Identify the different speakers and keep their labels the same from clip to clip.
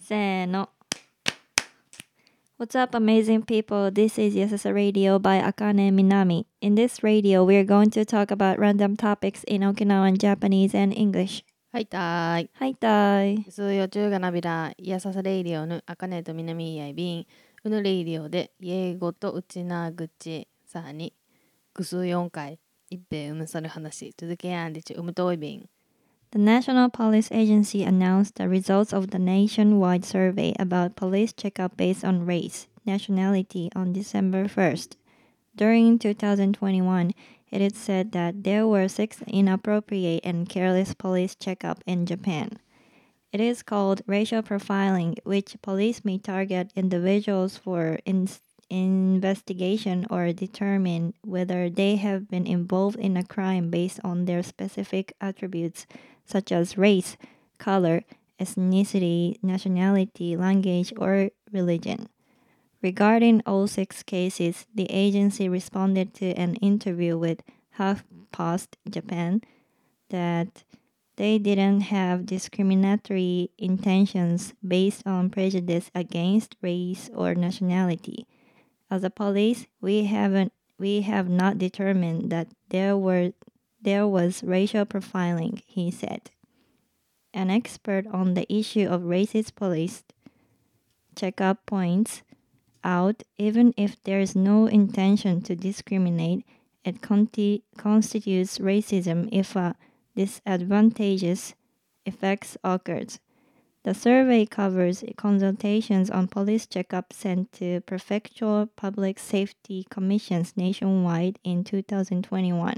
Speaker 1: せーの。What's up, amazing people? This is Yasasa Radio by Akane Minami. In this radio, we're going to talk about random topics in Okinawan Japanese and English.
Speaker 2: はいたーい。
Speaker 1: はいたい。
Speaker 2: 数よ中がなびら、いやささレイディオぬ、あかねとみなみいやいびん、うぬレイディオで、英語とうちなぐち、さあに、ぐすう4回、いっぺうむさる話、続けやんでち、うむとおいびん。
Speaker 1: The National Police Agency announced the results of the nationwide survey about police checkup based on race, nationality on December 1st. During 2021, it is said that there were six inappropriate and careless police checkup in Japan. It is called racial profiling, which police may target individuals for in- investigation or determine whether they have been involved in a crime based on their specific attributes such as race, color, ethnicity, nationality, language, or religion. Regarding all six cases, the agency responded to an interview with HuffPost Japan that they didn't have discriminatory intentions based on prejudice against race or nationality. As a police, we haven't we have not determined that there were there was racial profiling, he said. An expert on the issue of racist police checkup points out even if there is no intention to discriminate, it conti- constitutes racism if a disadvantageous effects occurs. The survey covers consultations on police checkups sent to prefectural public safety commissions nationwide in 2021.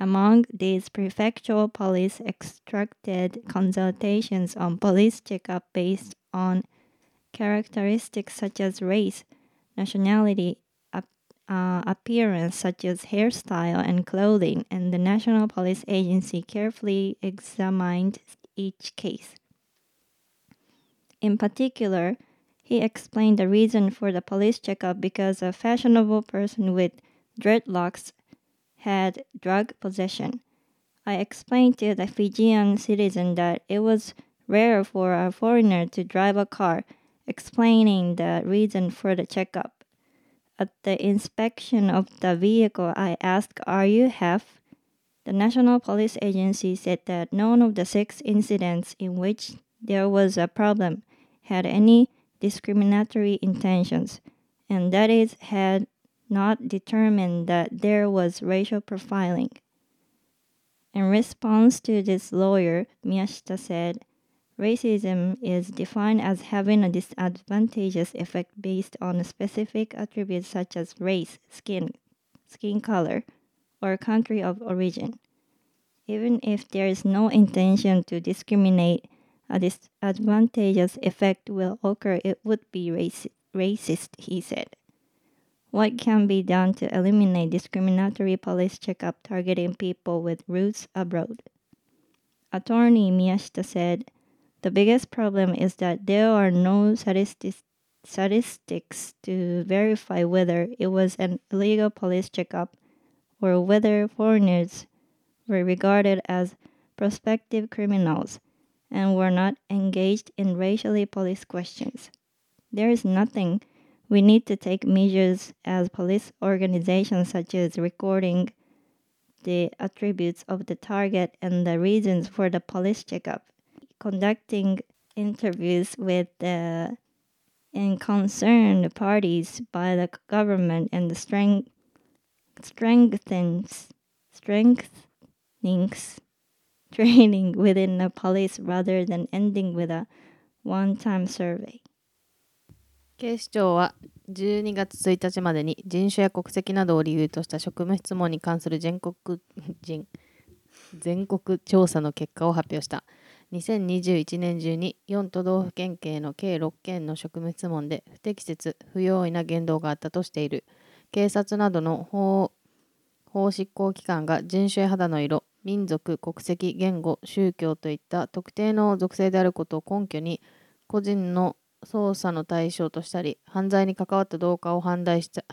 Speaker 1: Among these prefectural police extracted consultations on police checkup based on characteristics such as race, nationality, ap- uh, appearance such as hairstyle and clothing, and the National Police Agency carefully examined each case. In particular, he explained the reason for the police checkup because a fashionable person with dreadlocks had drug possession. I explained to the Fijian citizen that it was rare for a foreigner to drive a car, explaining the reason for the checkup. At the inspection of the vehicle, I asked, Are you half? The National Police Agency said that none of the six incidents in which there was a problem had any discriminatory intentions, and that it had not determined that there was racial profiling. In response to this lawyer, Miyashita said, Racism is defined as having a disadvantageous effect based on specific attributes such as race, skin, skin color, or country of origin. Even if there is no intention to discriminate, a disadvantageous effect will occur. It would be raci- racist, he said. What can be done to eliminate discriminatory police checkup targeting people with roots abroad? Attorney Miyashita said, The biggest problem is that there are no statistics statistics to verify whether it was an illegal police checkup or whether foreigners were regarded as prospective criminals and were not engaged in racially police questions. There is nothing we need to take measures as police organizations such as recording the attributes of the target and the reasons for the police checkup, conducting interviews with the and concerned parties by the government and the strength strengthens strengthenings training within the police rather than ending with a one-time survey.
Speaker 2: 警視庁は12月1日までに人種や国籍などを理由とした職務質問に関する全国 人全国調査の結果を発表した2021年中に4都道府県警の計6件の職務質問で不適切不用意な言動があったとしている警察などの法法執行機関が人種や肌の色民族国籍言語宗教といった特定の属性であることを根拠に個人の捜査の対象としたり犯罪に関わったどうかを判断した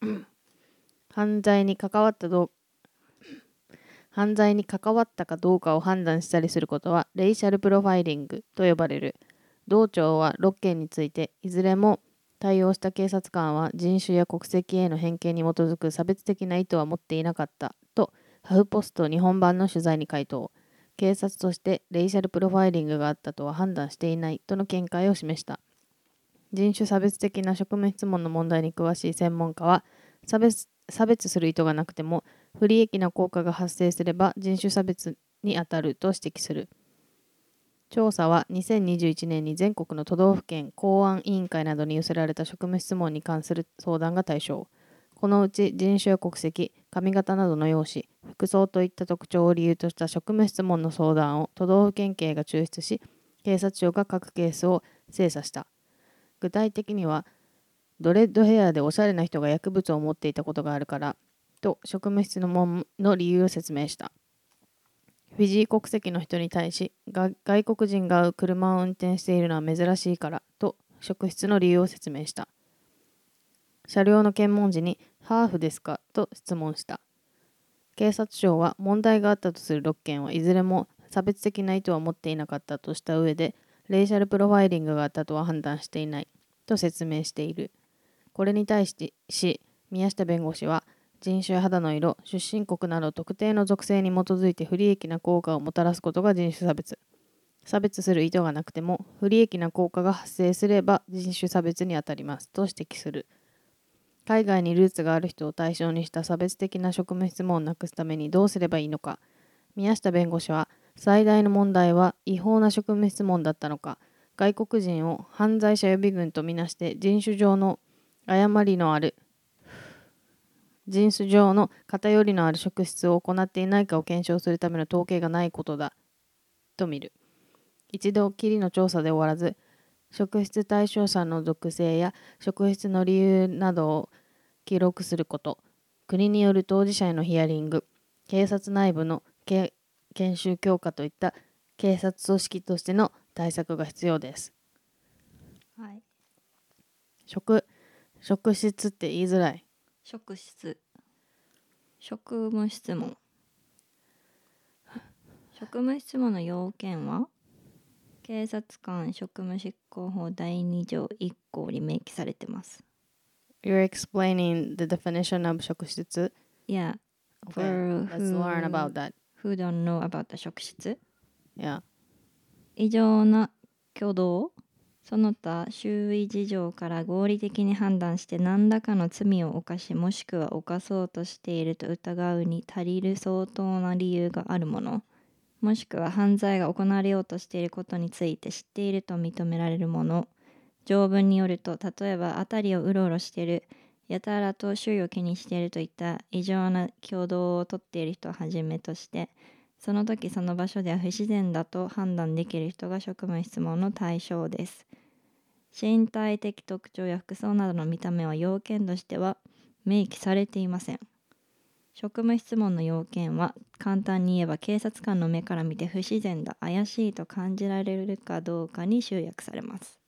Speaker 2: 犯罪に関わったどう犯罪に関わったかどうかを判断したりすることはレイシャルプロファイリングと呼ばれる同庁は6件についていずれも対応した警察官は人種や国籍への偏見に基づく差別的な意図は持っていなかったとハフポスト日本版の取材に回答警察としてレイシャルプロファイリングがあったとは判断していないとの見解を示した人種差別的な職務質問の問題に詳しい専門家は差別差別する意図がなくても不利益な効果が発生すれば人種差別に当たると指摘する調査は2021年に全国の都道府県公安委員会などに寄せられた職務質問に関する相談が対象このうち人種や国籍髪型などの容姿服装といった特徴を理由とした職務質問の相談を都道府県警が抽出し警察庁が各ケースを精査した具体的にはドレッドヘアでおしゃれな人が薬物を持っていたことがあるからと職務質問の理由を説明したフィジー国籍の人に対しが外国人が車を運転しているのは珍しいからと職質の理由を説明した車両の検問時に「ハーフですか?」と質問した警察庁は問題があったとする6件はいずれも差別的な意図は持っていなかったとした上でレイシャルプロファイリングがあったとは判断していないと説明しているこれに対してし宮下弁護士は人種や肌の色出身国など特定の属性に基づいて不利益な効果をもたらすことが人種差別差別する意図がなくても不利益な効果が発生すれば人種差別にあたりますと指摘する海外にルーツがある人を対象にした差別的な職務質問をなくすためにどうすればいいのか宮下弁護士は最大の問題は違法な職務質問だったのか外国人を犯罪者予備軍とみなして人種上の誤りのある人種上の偏りのある職質を行っていないかを検証するための統計がないことだと見る一度きりの調査で終わらず職質対象者の属性や職質の理由などを記録すること国による当事者へのヒアリング警察内部のけ研修強化といった警察組織としての対策が必要です
Speaker 1: はい。
Speaker 2: 職職質って言いづらい
Speaker 1: 職質。職務質問。職務質問の要件は警察官職務執行法第2条1項に明記されてます。
Speaker 2: You're explaining the definition of 職質
Speaker 1: Yeah,
Speaker 2: Okay,
Speaker 1: For
Speaker 2: let's learn
Speaker 1: who-
Speaker 2: about that.
Speaker 1: who don't know about the 職質
Speaker 2: Yeah.
Speaker 1: 異常な挙動その他周囲事情から合理的に判断して何らかの罪を犯しもしくは犯そうとしていると疑うに足りる相当な理由があるものもしくは犯罪が行われようとしていることについて知っていると認められるもの条文によると例えば辺りをうろうろしているやたらと周囲を気にしているといった異常な挙動をとっている人をはじめとしてその時その場所では不自然だと判断できる人が職務質問の対象です。身体的特徴や服装などの見た目は要件としては明記されていません。職務質問の要件は簡単に言えば警察官の目から見て不自然だ怪しいと感じられるかどうかに集約されます。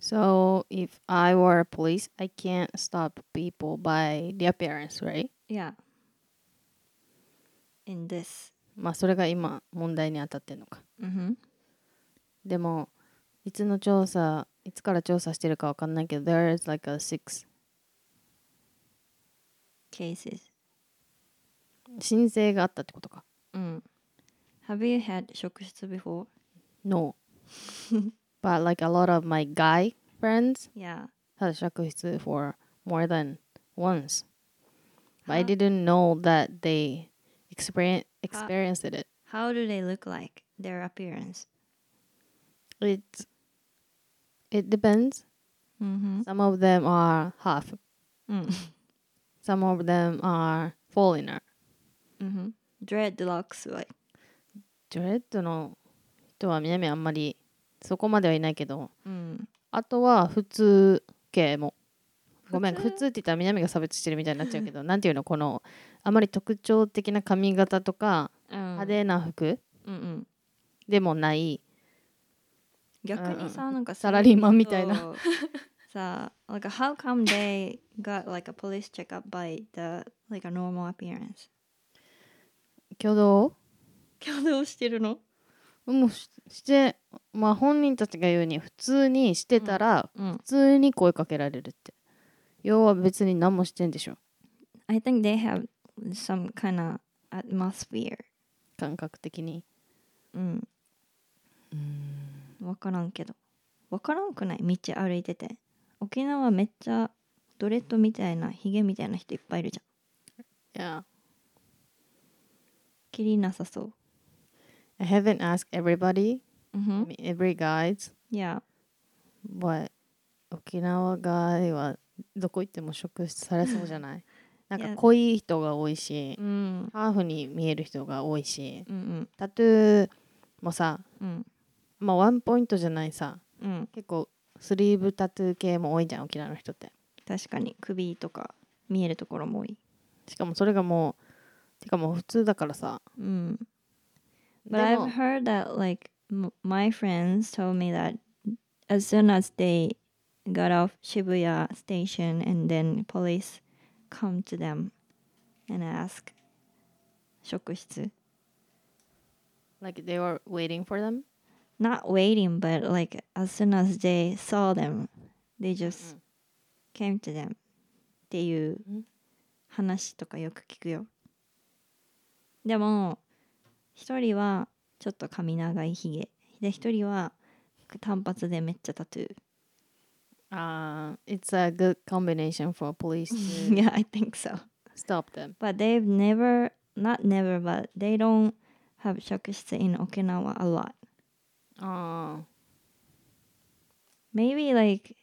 Speaker 2: So if I were a police, I can't stop people by their appearance, right?
Speaker 1: Yeah. In this.
Speaker 2: まあそれが今問題に当たってるのか。でもいつの調査、いつから調査してるかわかんないけど、there is like a six
Speaker 1: Cases.
Speaker 2: 申請があったってことか。
Speaker 1: Mm. Have you had 職質 before?
Speaker 2: No. But like a lot of my guy friends
Speaker 1: Yeah.
Speaker 2: had 職質 for more than once. But I didn't know that they experience, experienced it.
Speaker 1: How do they look like? Their appearance.
Speaker 2: It it depends.
Speaker 1: Mm-hmm.
Speaker 2: Some of them are half.
Speaker 1: Mm.
Speaker 2: Some of them are foreigner.
Speaker 1: Mm-hmm. Dreadlocks. Like.
Speaker 2: ジョレッドの人は南あんまりそこまではいないけど、
Speaker 1: Mm.
Speaker 2: あとは普通系も。ごめん、
Speaker 1: 普通
Speaker 2: 普通って言ったら南が差別してるみたいになっちゃうけど、なんていうのこのあまり特徴的な髪型とか派
Speaker 1: Mm.
Speaker 2: 手な服
Speaker 1: うんうん、
Speaker 2: でもない。
Speaker 1: 逆にさ、なんか
Speaker 2: Uh-uh. サラリーマンみたいな
Speaker 1: そうさあ、like how come they got like a police checkup by the like a normal appearance?
Speaker 2: 挙動
Speaker 1: 挙動してるの
Speaker 2: もうししてまあ本人たちが言うに普通にしてたら
Speaker 1: うん
Speaker 2: 普通に声かけられるって要は別に何もしてんでしょ
Speaker 1: I think they have some kind of atmosphere
Speaker 2: 感覚的に Mm.
Speaker 1: うん分からんけど分からんくない道歩いてて沖縄めっちゃドレッドみたいなヒゲみたいな人いっぱいいるじゃん
Speaker 2: Yeah
Speaker 1: きりなさそう
Speaker 2: I haven't asked everybody
Speaker 1: うん
Speaker 2: I mean, every guys
Speaker 1: Yeah
Speaker 2: but 沖縄ガイはどこ行っても食されそうじゃない なんか濃い人が多いし
Speaker 1: うん
Speaker 2: ハーフに見える人が多いし
Speaker 1: うんうん
Speaker 2: タトゥーもさ
Speaker 1: うん
Speaker 2: まあワンポイントじゃないさ
Speaker 1: うん
Speaker 2: 結構スリーブタトゥー系も多いじゃん沖縄の人って
Speaker 1: 確かに首とか見えるところも多い
Speaker 2: しかもそれがもうてかもう普通だからさ
Speaker 1: うん But
Speaker 2: でも
Speaker 1: I've heard that like m- my friends told me that as soon as they got off Shibuya station and then police come to them and ask 職質
Speaker 2: like they were waiting for them
Speaker 1: not waiting but like as soon as they saw them they just came to them っていう
Speaker 2: うん
Speaker 1: 話とかよく聞くよでも一人はちょっと髪長いひげで一人は単発でめっちゃタトゥー
Speaker 2: Uh, it's a good combination for police to
Speaker 1: yeah I think so
Speaker 2: stop them.
Speaker 1: but they've never not never but they don't have 職質 in Okinawa a lot
Speaker 2: Uh,
Speaker 1: maybe like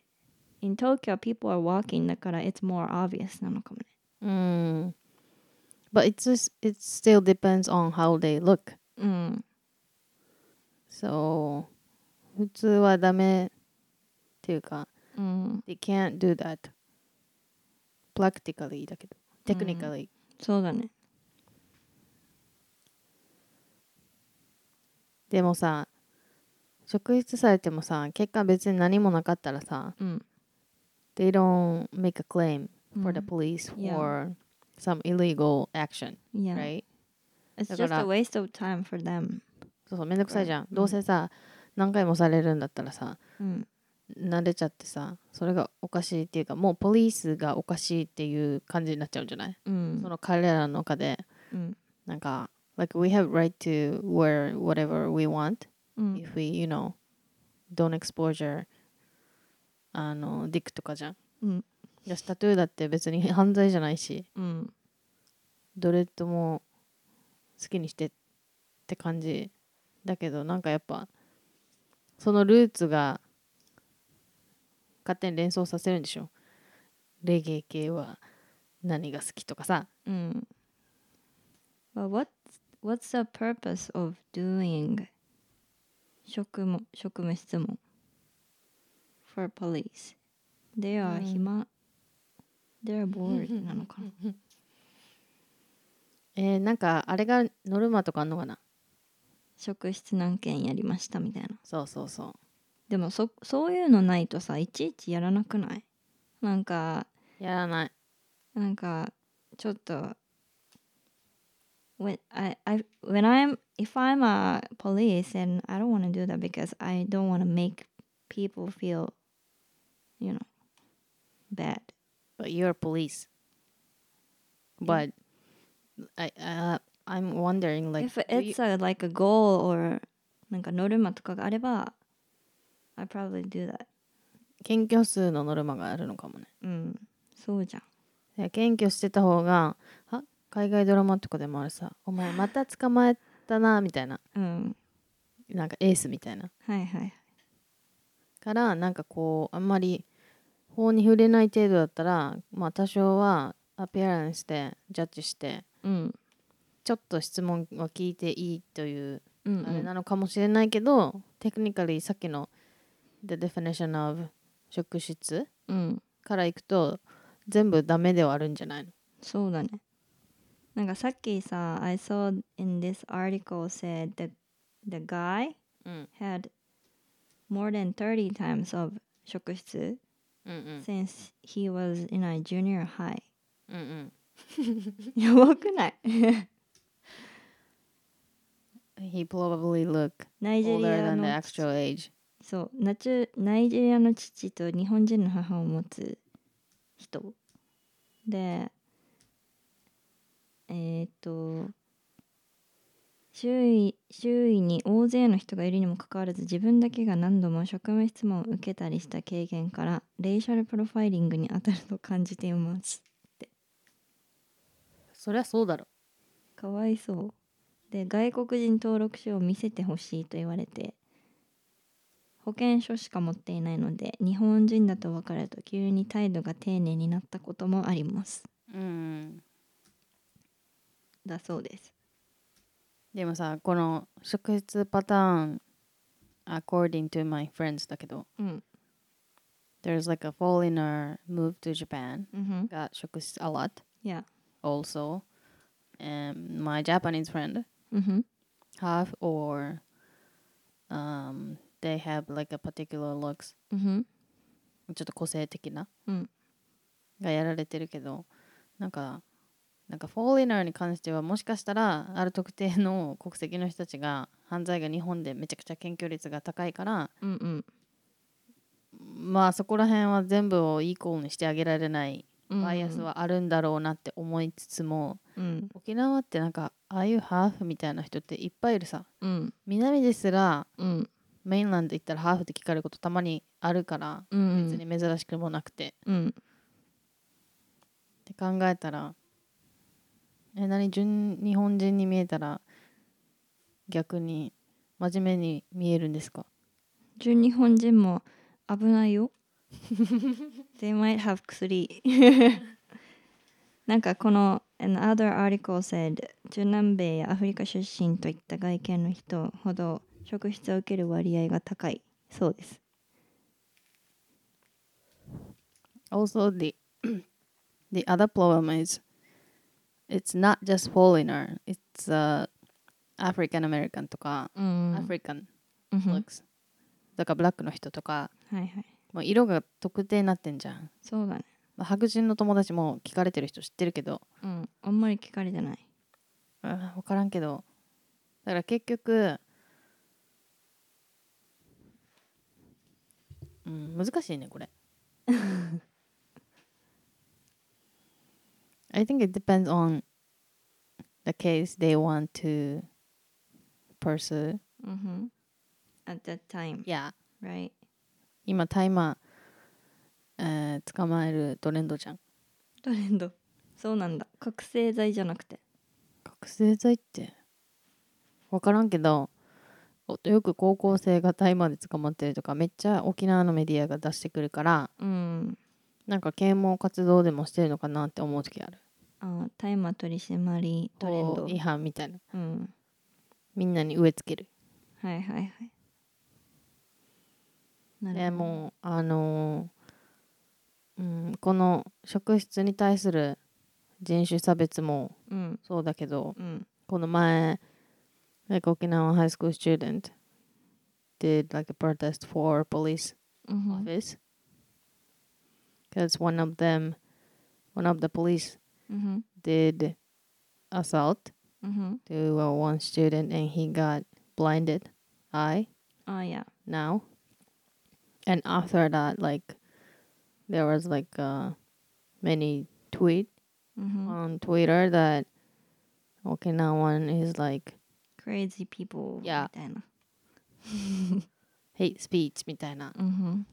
Speaker 1: in Tokyo people are walking だから it's more obvious なのかもね
Speaker 2: mm. But it's just, it still depends on how they look.
Speaker 1: うん、
Speaker 2: So 普通はダメっていうか
Speaker 1: うん
Speaker 2: they can't do that practically だけど technically、
Speaker 1: そうだね
Speaker 2: でもさ職質されてもさ結果別に何もなかったらさ
Speaker 1: うん
Speaker 2: they don't make a claim for the
Speaker 1: うん
Speaker 2: police
Speaker 1: Yeah.
Speaker 2: for some illegal action
Speaker 1: Yeah
Speaker 2: right
Speaker 1: It's
Speaker 2: だ
Speaker 1: just
Speaker 2: から
Speaker 1: a waste of time for them
Speaker 2: そうそうめんどくさいじゃん
Speaker 1: うん
Speaker 2: どうせさ何回もされるんだったらさ
Speaker 1: うん
Speaker 2: 慣れちゃってさそれがおかしいっていうかもうポリスがおかしいっていう感じになっちゃうんじゃない
Speaker 1: うん
Speaker 2: その彼らの中で
Speaker 1: うん
Speaker 2: なんか like we have right to wear whatever we want
Speaker 1: うん
Speaker 2: if we you know don't exposure あのディックとかじゃん
Speaker 1: うん
Speaker 2: いやタトゥーだって別に犯罪じゃないし
Speaker 1: うん
Speaker 2: ドレッドも好きにしてって感じだけどなんかやっぱそのルーツが勝手に連想させるんでしょレゲエ系は何が好きとかさ
Speaker 1: うん But what what's the purpose of doing 職務職務質問 for police they are
Speaker 2: うん
Speaker 1: 暇 they're bored なのかな
Speaker 2: えーなんかあれがノルマとかあんのかな
Speaker 1: 職質何件やりましたみたいな
Speaker 2: そうそうそう
Speaker 1: でもそそういうのないとさいちいちやらなくないなんか
Speaker 2: やらない
Speaker 1: なんかちょっと when I, I when I'm if I'm a police and I don't want to do that because I don't want to make people feel you know bad
Speaker 2: But you're police. But I uh, I'm wondering like
Speaker 1: if
Speaker 2: do you-
Speaker 1: it's a, like a goal or なんかノルマとかがあれば I probably do that
Speaker 2: 検挙数のノルマがあるのかもね。
Speaker 1: うんそうじゃん
Speaker 2: で検挙してた方があ海外ドラマとかでもあるさ「お前また捕まえたな」みたいな
Speaker 1: うん
Speaker 2: なんかエースみたいな
Speaker 1: はいはい
Speaker 2: からなんかこうあんまり法に触れない程度だったらまあ多少はアピアランスでジャッジして
Speaker 1: うん
Speaker 2: ちょっと質問は聞いていいという
Speaker 1: うんう
Speaker 2: あれなんのかもしれないけど、テクニカリーさっきの The definition of 職質
Speaker 1: うん
Speaker 2: からいくと全部ダメではあるんじゃないの
Speaker 1: そうだね。なんかさっきさ、I saw in this article said that the guy
Speaker 2: うん
Speaker 1: had more than 30 times of 職質
Speaker 2: うんうん
Speaker 1: since he was in a junior high.
Speaker 2: うんうん
Speaker 1: やばくない
Speaker 2: He probably look
Speaker 1: ナイジェリ
Speaker 2: older
Speaker 1: ア
Speaker 2: than the
Speaker 1: の
Speaker 2: actual age.
Speaker 1: そうナチュナイジェリアの父と日本人の母を持つ人でえーっと周囲周囲に大勢の人がいるにもかかわらず自分だけが何度も職務質問を受けたりした経験からレイシャルプロファイリングに当たると感じています
Speaker 2: そりゃそうだろ。
Speaker 1: かわいそうで外国人登録書を見せてほしいと言われて保険証しか持っていないので日本人だと分かると急に態度が丁寧になったこともあります
Speaker 2: うん。
Speaker 1: だそうです
Speaker 2: でもさ、この職質パターン、according to my friends だけど、
Speaker 1: うん
Speaker 2: there's like a foreigner moved to Japan
Speaker 1: うんふん
Speaker 2: got shokushi's a lot
Speaker 1: y e
Speaker 2: also. And my Japanese friend
Speaker 1: うんふん
Speaker 2: have or um, they have like a particular looks
Speaker 1: うんふん
Speaker 2: ちょっと個性的な
Speaker 1: うん
Speaker 2: がやられてるけどなんかなんかフォーリナーに関してはもしかしたらある特定の国籍の人たちが犯罪が日本でめちゃくちゃ検挙率が高いから
Speaker 1: うんうん
Speaker 2: まあそこら辺は全部をイーコールにしてあげられない
Speaker 1: うん
Speaker 2: バイアスはあるんだろうなって思いつつも、
Speaker 1: うん
Speaker 2: 沖縄ってなんかああいうハーフみたいな人っていっぱいいるさ
Speaker 1: うん
Speaker 2: 南ですら
Speaker 1: うん
Speaker 2: メインランド行ったらハーフって聞かれることたまにあるから
Speaker 1: うんうん
Speaker 2: 別に珍しくもなくて、
Speaker 1: うん
Speaker 2: って考えたらえ何純日本人に見えたら逆に真面目に見えるんですか
Speaker 1: 純日本人も危ないよ They might have 薬なんかこの Another article said 中南米やアフリカ出身といった外見の人ほど職質を受ける割合が高いそうです
Speaker 2: Also the the other problem is it's not just foreigner it's、African American とか、
Speaker 1: うんはい
Speaker 2: African
Speaker 1: うん
Speaker 2: looks だからブラックの人とか
Speaker 1: はい
Speaker 2: もう色が特定になってんじゃん
Speaker 1: そうだね
Speaker 2: まあ白人の友達も聞かれてる人知ってるけど
Speaker 1: うんあんまり聞かれてない
Speaker 2: あ分からんけどだから結局、うん、難しいねこれ I think it depends on the case they want to pursue
Speaker 1: うんふん At that time
Speaker 2: yeah
Speaker 1: right
Speaker 2: 今大麻、えー、捕まえるトレンドじゃん
Speaker 1: トレンドそうなんだ覚醒剤じゃなくて
Speaker 2: 覚醒剤って分からんけどおよく高校生が大麻で捕まってるとかめっちゃ沖縄のメディアが出してくるから
Speaker 1: うん
Speaker 2: なんか啓蒙活動でもしてるのかなって思う時ある
Speaker 1: あ大麻取締りトレンド
Speaker 2: 法違反みたいな
Speaker 1: うん
Speaker 2: みんなに植え付ける
Speaker 1: はいはいはい。な
Speaker 2: でもうあのーうん、この職質に対する人種差別も
Speaker 1: う。うん
Speaker 2: そうだけど
Speaker 1: うん
Speaker 2: この前 like 沖縄 high school student did like a protest for police
Speaker 1: うん
Speaker 2: office because one of them one of the police
Speaker 1: うん。
Speaker 2: did assault
Speaker 1: うん。
Speaker 2: to uh, one student and he got blinded eye
Speaker 1: あいや。
Speaker 2: now and after that like there was like uh, many tweet
Speaker 1: うん。
Speaker 2: on twitter that okinawan is like
Speaker 1: Crazy people み
Speaker 2: Yeah
Speaker 1: たいな。
Speaker 2: hate speech みたいな
Speaker 1: うん。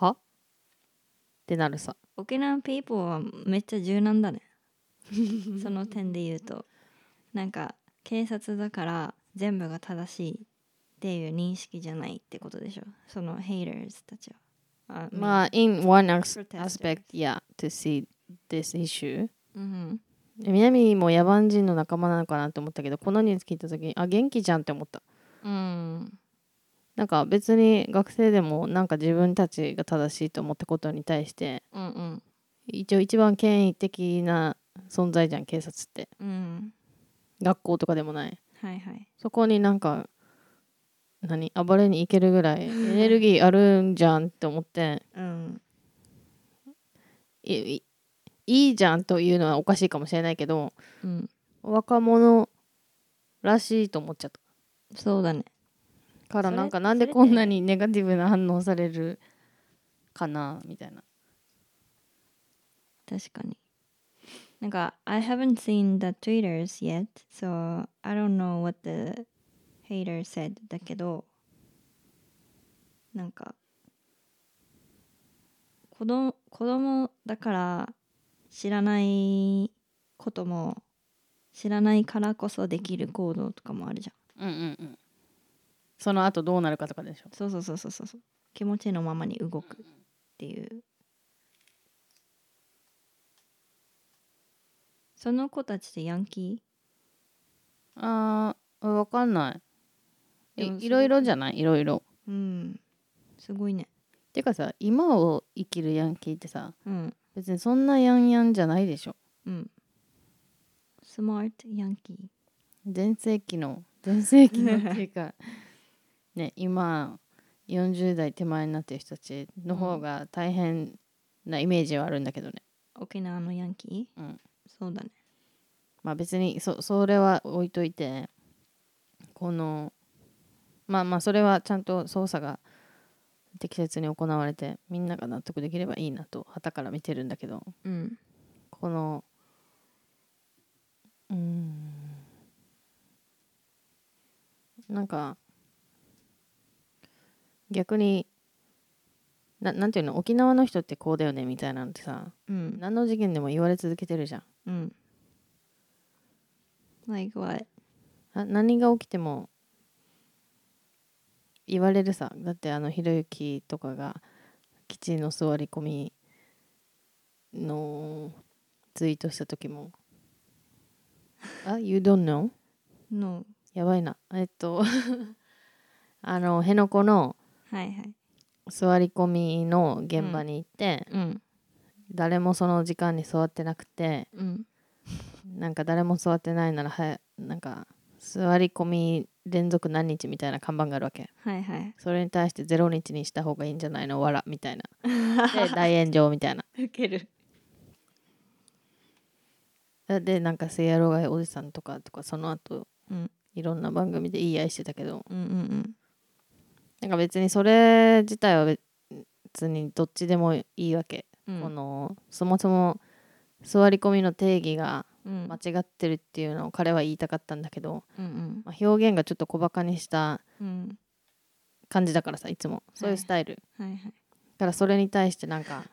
Speaker 2: はってなるさ
Speaker 1: 沖縄 people はめっちゃ柔軟 だね。その点で言うと。なんか警察だから全部が正しいっていう認識じゃないってことでしょ。その haters たちは。ああ。
Speaker 2: まあ in one as-
Speaker 1: Protesters.
Speaker 2: aspect yeah to see this issue
Speaker 1: うん。
Speaker 2: 南も野蛮人の仲間なのかなって思ったけどこのニュース聞いた時にあ元気じゃんって思った
Speaker 1: うん。
Speaker 2: なんか別に学生でもなんか自分たちが正しいと思ったことに対して
Speaker 1: うんうん。
Speaker 2: 一応一番権威的な存在じゃん警察って
Speaker 1: うん。
Speaker 2: 学校とかでもない
Speaker 1: はいはい。
Speaker 2: そこになんか何暴れに行けるぐらいエネルギーあるんじゃんって思って
Speaker 1: うん。
Speaker 2: いいいいじゃんというのはおかしいかもしれないけど
Speaker 1: うん。
Speaker 2: 若者らしいと思っちゃった
Speaker 1: そうだね
Speaker 2: から
Speaker 1: それ
Speaker 2: なんかなんでこんなにネガティブな反応されるかなみたいな
Speaker 1: 確かになんか I haven't seen the tweeters yet so I don't know what the hater said だけどなんか子供子供だから知らないことも知らないからこそできる行動とかもあるじゃん
Speaker 2: うんうんうんその後どうなるかとかでしょ
Speaker 1: そうそうそうそうそうそう気持ちのままに動くっていうその子たちってヤンキ
Speaker 2: あーわかんない
Speaker 1: でもそ
Speaker 2: い
Speaker 1: れ
Speaker 2: いろいろじゃないいろいろ
Speaker 1: ーうんすごいね
Speaker 2: てかさ今を生きるヤンキーってさ
Speaker 1: うん
Speaker 2: 別にそんなヤンヤンじゃないでしょ
Speaker 1: うんスマートヤンキー
Speaker 2: 全盛期の全盛期のっていう かね今40代手前になってる人たちの方が大変なイメージはあるんだけどね
Speaker 1: 沖縄のヤンキー、
Speaker 2: うん、
Speaker 1: そうだね
Speaker 2: まあ別にそそれは置いといてこのまあまあそれはちゃんと捜査が適切に行われてみんなが納得できればいいなと旗から見てるんだけど
Speaker 1: うん
Speaker 2: このうーんなんか逆にななんていうの沖縄の人ってこうだよねみたいなのってさ
Speaker 1: うん
Speaker 2: 何の事件でも言われ続けてるじゃん
Speaker 1: うん like what
Speaker 2: あ何が起きても言われるさだってあのひろゆきとかが基地の座り込みのツイートした時も「あ You don't know?
Speaker 1: no
Speaker 2: やばいなえっと あの辺野古の
Speaker 1: はいはい
Speaker 2: 座り込みの現場に行って、
Speaker 1: うん
Speaker 2: 誰もその時間に座ってなくて
Speaker 1: うん
Speaker 2: なんか誰も座ってないならはやなんか座り込み連続何日みたいな看板があるわけ
Speaker 1: はいはい
Speaker 2: それに対して0日にした方がいいんじゃないのわらみた いなで大炎上みたいな
Speaker 1: 受ける
Speaker 2: でなんかせいやろがいおじさんとかとかその後
Speaker 1: うん
Speaker 2: いろんな番組で言い合いしてたけど
Speaker 1: うんうん
Speaker 2: なんか別にそれ自体は別にどっちでもいいわけ、
Speaker 1: うん
Speaker 2: このそもそも座り込みの定義が
Speaker 1: うん
Speaker 2: 間違ってるっていうのを彼は言いたかったんだけど、
Speaker 1: うん
Speaker 2: まあ、表現がちょっと小バカにした
Speaker 1: うんうん
Speaker 2: 感じだからさいつもそういうスタイル、
Speaker 1: はいはい
Speaker 2: だからそれに対してなんか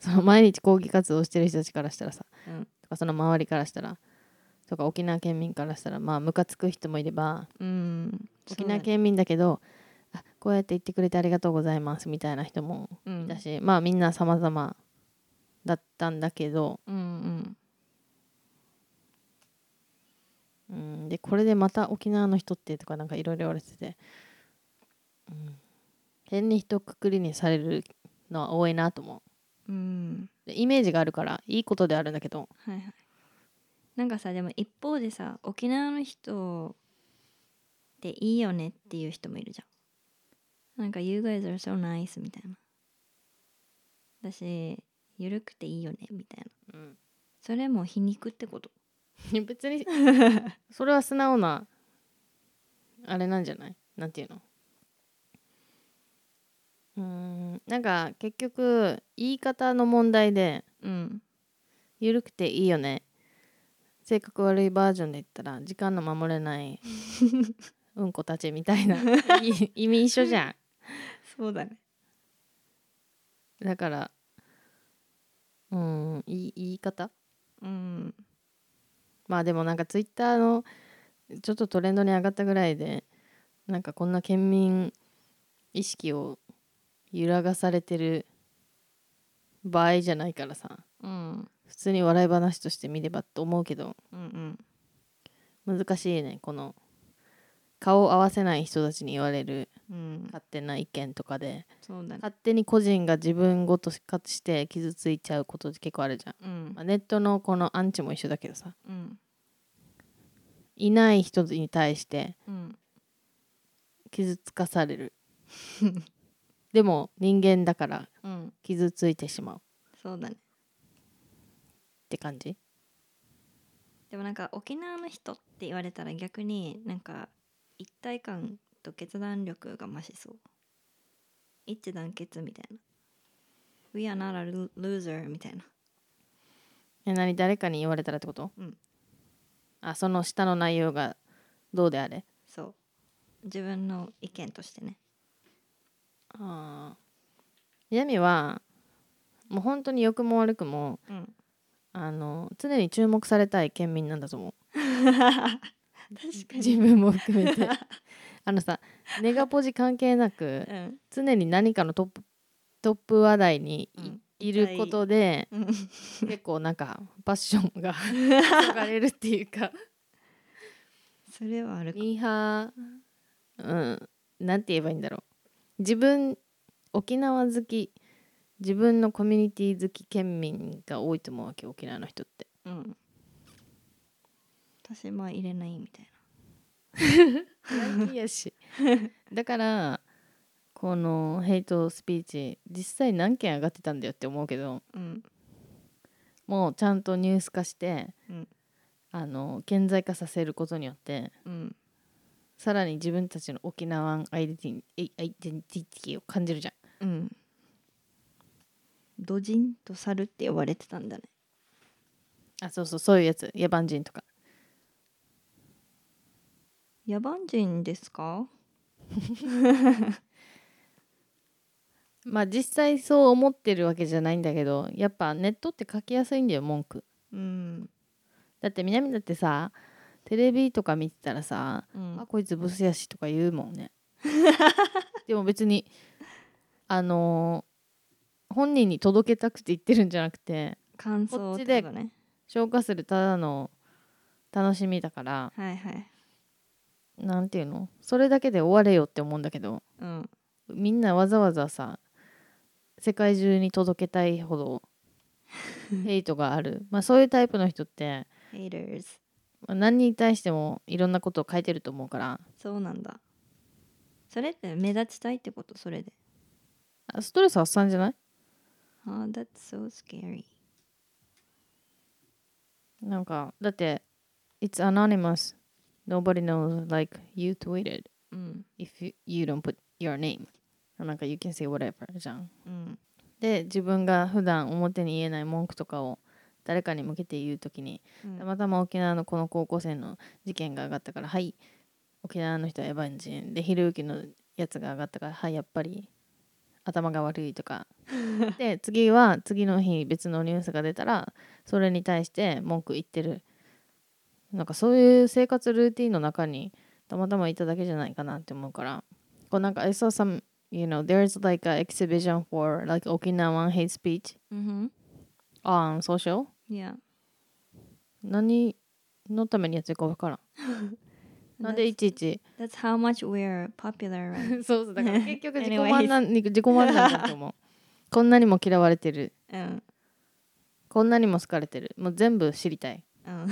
Speaker 2: その毎日抗議活動してる人たちからしたらさ
Speaker 1: うん
Speaker 2: とかその周りからしたらとか沖縄県民からしたらまあムカつく人もいれば
Speaker 1: うん
Speaker 2: 沖縄県民だけどあこうやって言ってくれてありがとうございますみたいな人もいたし、まあみんな様々だったんだけど、
Speaker 1: うんうん
Speaker 2: うん、でこれでまた沖縄の人ってとかなんかいろいろ言われてて、うん、変に一括りにされるのは多いなと思
Speaker 1: うんうん
Speaker 2: うでイメージがあるからいいことではあるんだけど、
Speaker 1: はいはいなんかさでも一方でさ沖縄の人でいいよねっていう人もいるじゃんなんか「You guys are so nice」みたいなだし「ゆるくていいよね」みたいな
Speaker 2: うん、
Speaker 1: それも皮肉ってこと
Speaker 2: いや別に それは素直なあれなんじゃないなんていうのうーんなんか結局言い方の問題で
Speaker 1: うん
Speaker 2: 緩くていいよね性格悪いバージョンで言ったら時間の守れないうんこたちみたいない意味一緒じゃん
Speaker 1: そうだね
Speaker 2: だからうーんい言い方
Speaker 1: うん
Speaker 2: まあでもなんかツイッターのちょっとトレンドに上がったぐらいでなんかこんな県民意識を揺らがされてる場合じゃないからさ
Speaker 1: うん
Speaker 2: 普通に笑い話として見ればと思うけど
Speaker 1: うんうん
Speaker 2: 難しいねこの顔を合わせない人たちに言われる
Speaker 1: うん
Speaker 2: 勝手な意見とかで
Speaker 1: そうだね
Speaker 2: 勝手に個人が自分ごと化して傷ついちゃうことって結構あるじゃん、
Speaker 1: うん
Speaker 2: まあ、ネットのこのアンチも一緒だけどさ
Speaker 1: うん
Speaker 2: いない人に対して
Speaker 1: うん
Speaker 2: 傷つかされるでも人間だから
Speaker 1: うん
Speaker 2: 傷ついてしまうっ
Speaker 1: そうだね
Speaker 2: て感じ
Speaker 1: でもなんか沖縄の人って言われたら逆になんか一体感と決断力が増しそう一致団結みたいな We are not a lo- loser みたいな
Speaker 2: え何誰かに言われたらってこと
Speaker 1: うん
Speaker 2: あその下の内容がどうであれ
Speaker 1: そう自分の意見としてね
Speaker 2: あー闇はもう本当に良くも悪くも
Speaker 1: うん
Speaker 2: あの常に注目されたい県民なんだと思う
Speaker 1: 確か
Speaker 2: 自分も含め てあのさネガポジ関係なく
Speaker 1: うん
Speaker 2: 常に何かのトップトップ話題にい,、
Speaker 1: うん
Speaker 2: ることで
Speaker 1: うん
Speaker 2: 結構なんかパッショ ンが そがれるっていうか
Speaker 1: それはあるか
Speaker 2: ミーハーうんなんて言えばいいんだろう自分沖縄好き自分のコミュニティ好き県民が多いと思うわけ沖縄の人って
Speaker 1: うん私まあ入れないみたいな
Speaker 2: 大気 やしだからこのヘイトスピーチ実際何件上がってたんだよって思うけど
Speaker 1: うん
Speaker 2: もうちゃんとニュース化して
Speaker 1: うん
Speaker 2: あの顕在化させることによって
Speaker 1: うん
Speaker 2: さらに自分たちの沖縄アイデンティティアイデンティティを感じるじゃん
Speaker 1: うんドジンと猿って呼ばれてたんだね
Speaker 2: あそうそうそういうやつ野蛮人とか
Speaker 1: 野蛮人ですか
Speaker 2: まあ実際そう思ってるわけじゃないんだけどやっぱネットって書きやすいんだよ文句
Speaker 1: うん
Speaker 2: だって南だってさテレビとか見てたらさ
Speaker 1: う
Speaker 2: 「あ
Speaker 1: ん
Speaker 2: こいつブスやし」とか言うもんね でも別にあのー本人に届けたくて言ってるんじゃなくて
Speaker 1: 感想ってことね
Speaker 2: 消化するただの楽しみだから
Speaker 1: はいはい
Speaker 2: なんていうのそれだけで終われよって思うんだけど
Speaker 1: うん
Speaker 2: みんなわざわざさ世界中に届けたいほどヘイトがある、まあ、そういうタイプの人って
Speaker 1: ヘイ t e r s
Speaker 2: まあ何に対してもいろんなことを書いてると思うから
Speaker 1: そうなんだそれって目立ちたいってことそれで
Speaker 2: あストレス発散じゃない
Speaker 1: ああ that's so scary
Speaker 2: なんかだって「It's anonymous nobody knows like you tweeted
Speaker 1: うん
Speaker 2: if you, you don't put your name」なんか「you can say whatever」じゃん
Speaker 1: うん
Speaker 2: で自分が普段表に言えない文句とかを誰かに向けて言うときに
Speaker 1: うん
Speaker 2: たまたま沖縄のこの高校生の事件が上がったからはい沖縄の人はエヴァンジンでひろゆきのやつが上がったからはいやっぱり頭が悪いとかで次は次の日別のニュースが出たらそれに対して文句言ってるなんかそういう生活ルーティンの中にたまたまいただけじゃないかなって思うからこうなんか I saw some you know there's like a exhibition for like Okinawan hate speech
Speaker 1: うん、
Speaker 2: on social
Speaker 1: いや
Speaker 2: 何のためにやってるか分 からんなんでいちいち
Speaker 1: That's how much we're popular right
Speaker 2: そうそうだ から結局自己
Speaker 1: Anyways
Speaker 2: 満なん自己満なんだと思う こんなにも嫌われてる
Speaker 1: うん
Speaker 2: こんなにも好かれてるもう全部知りたい
Speaker 1: うん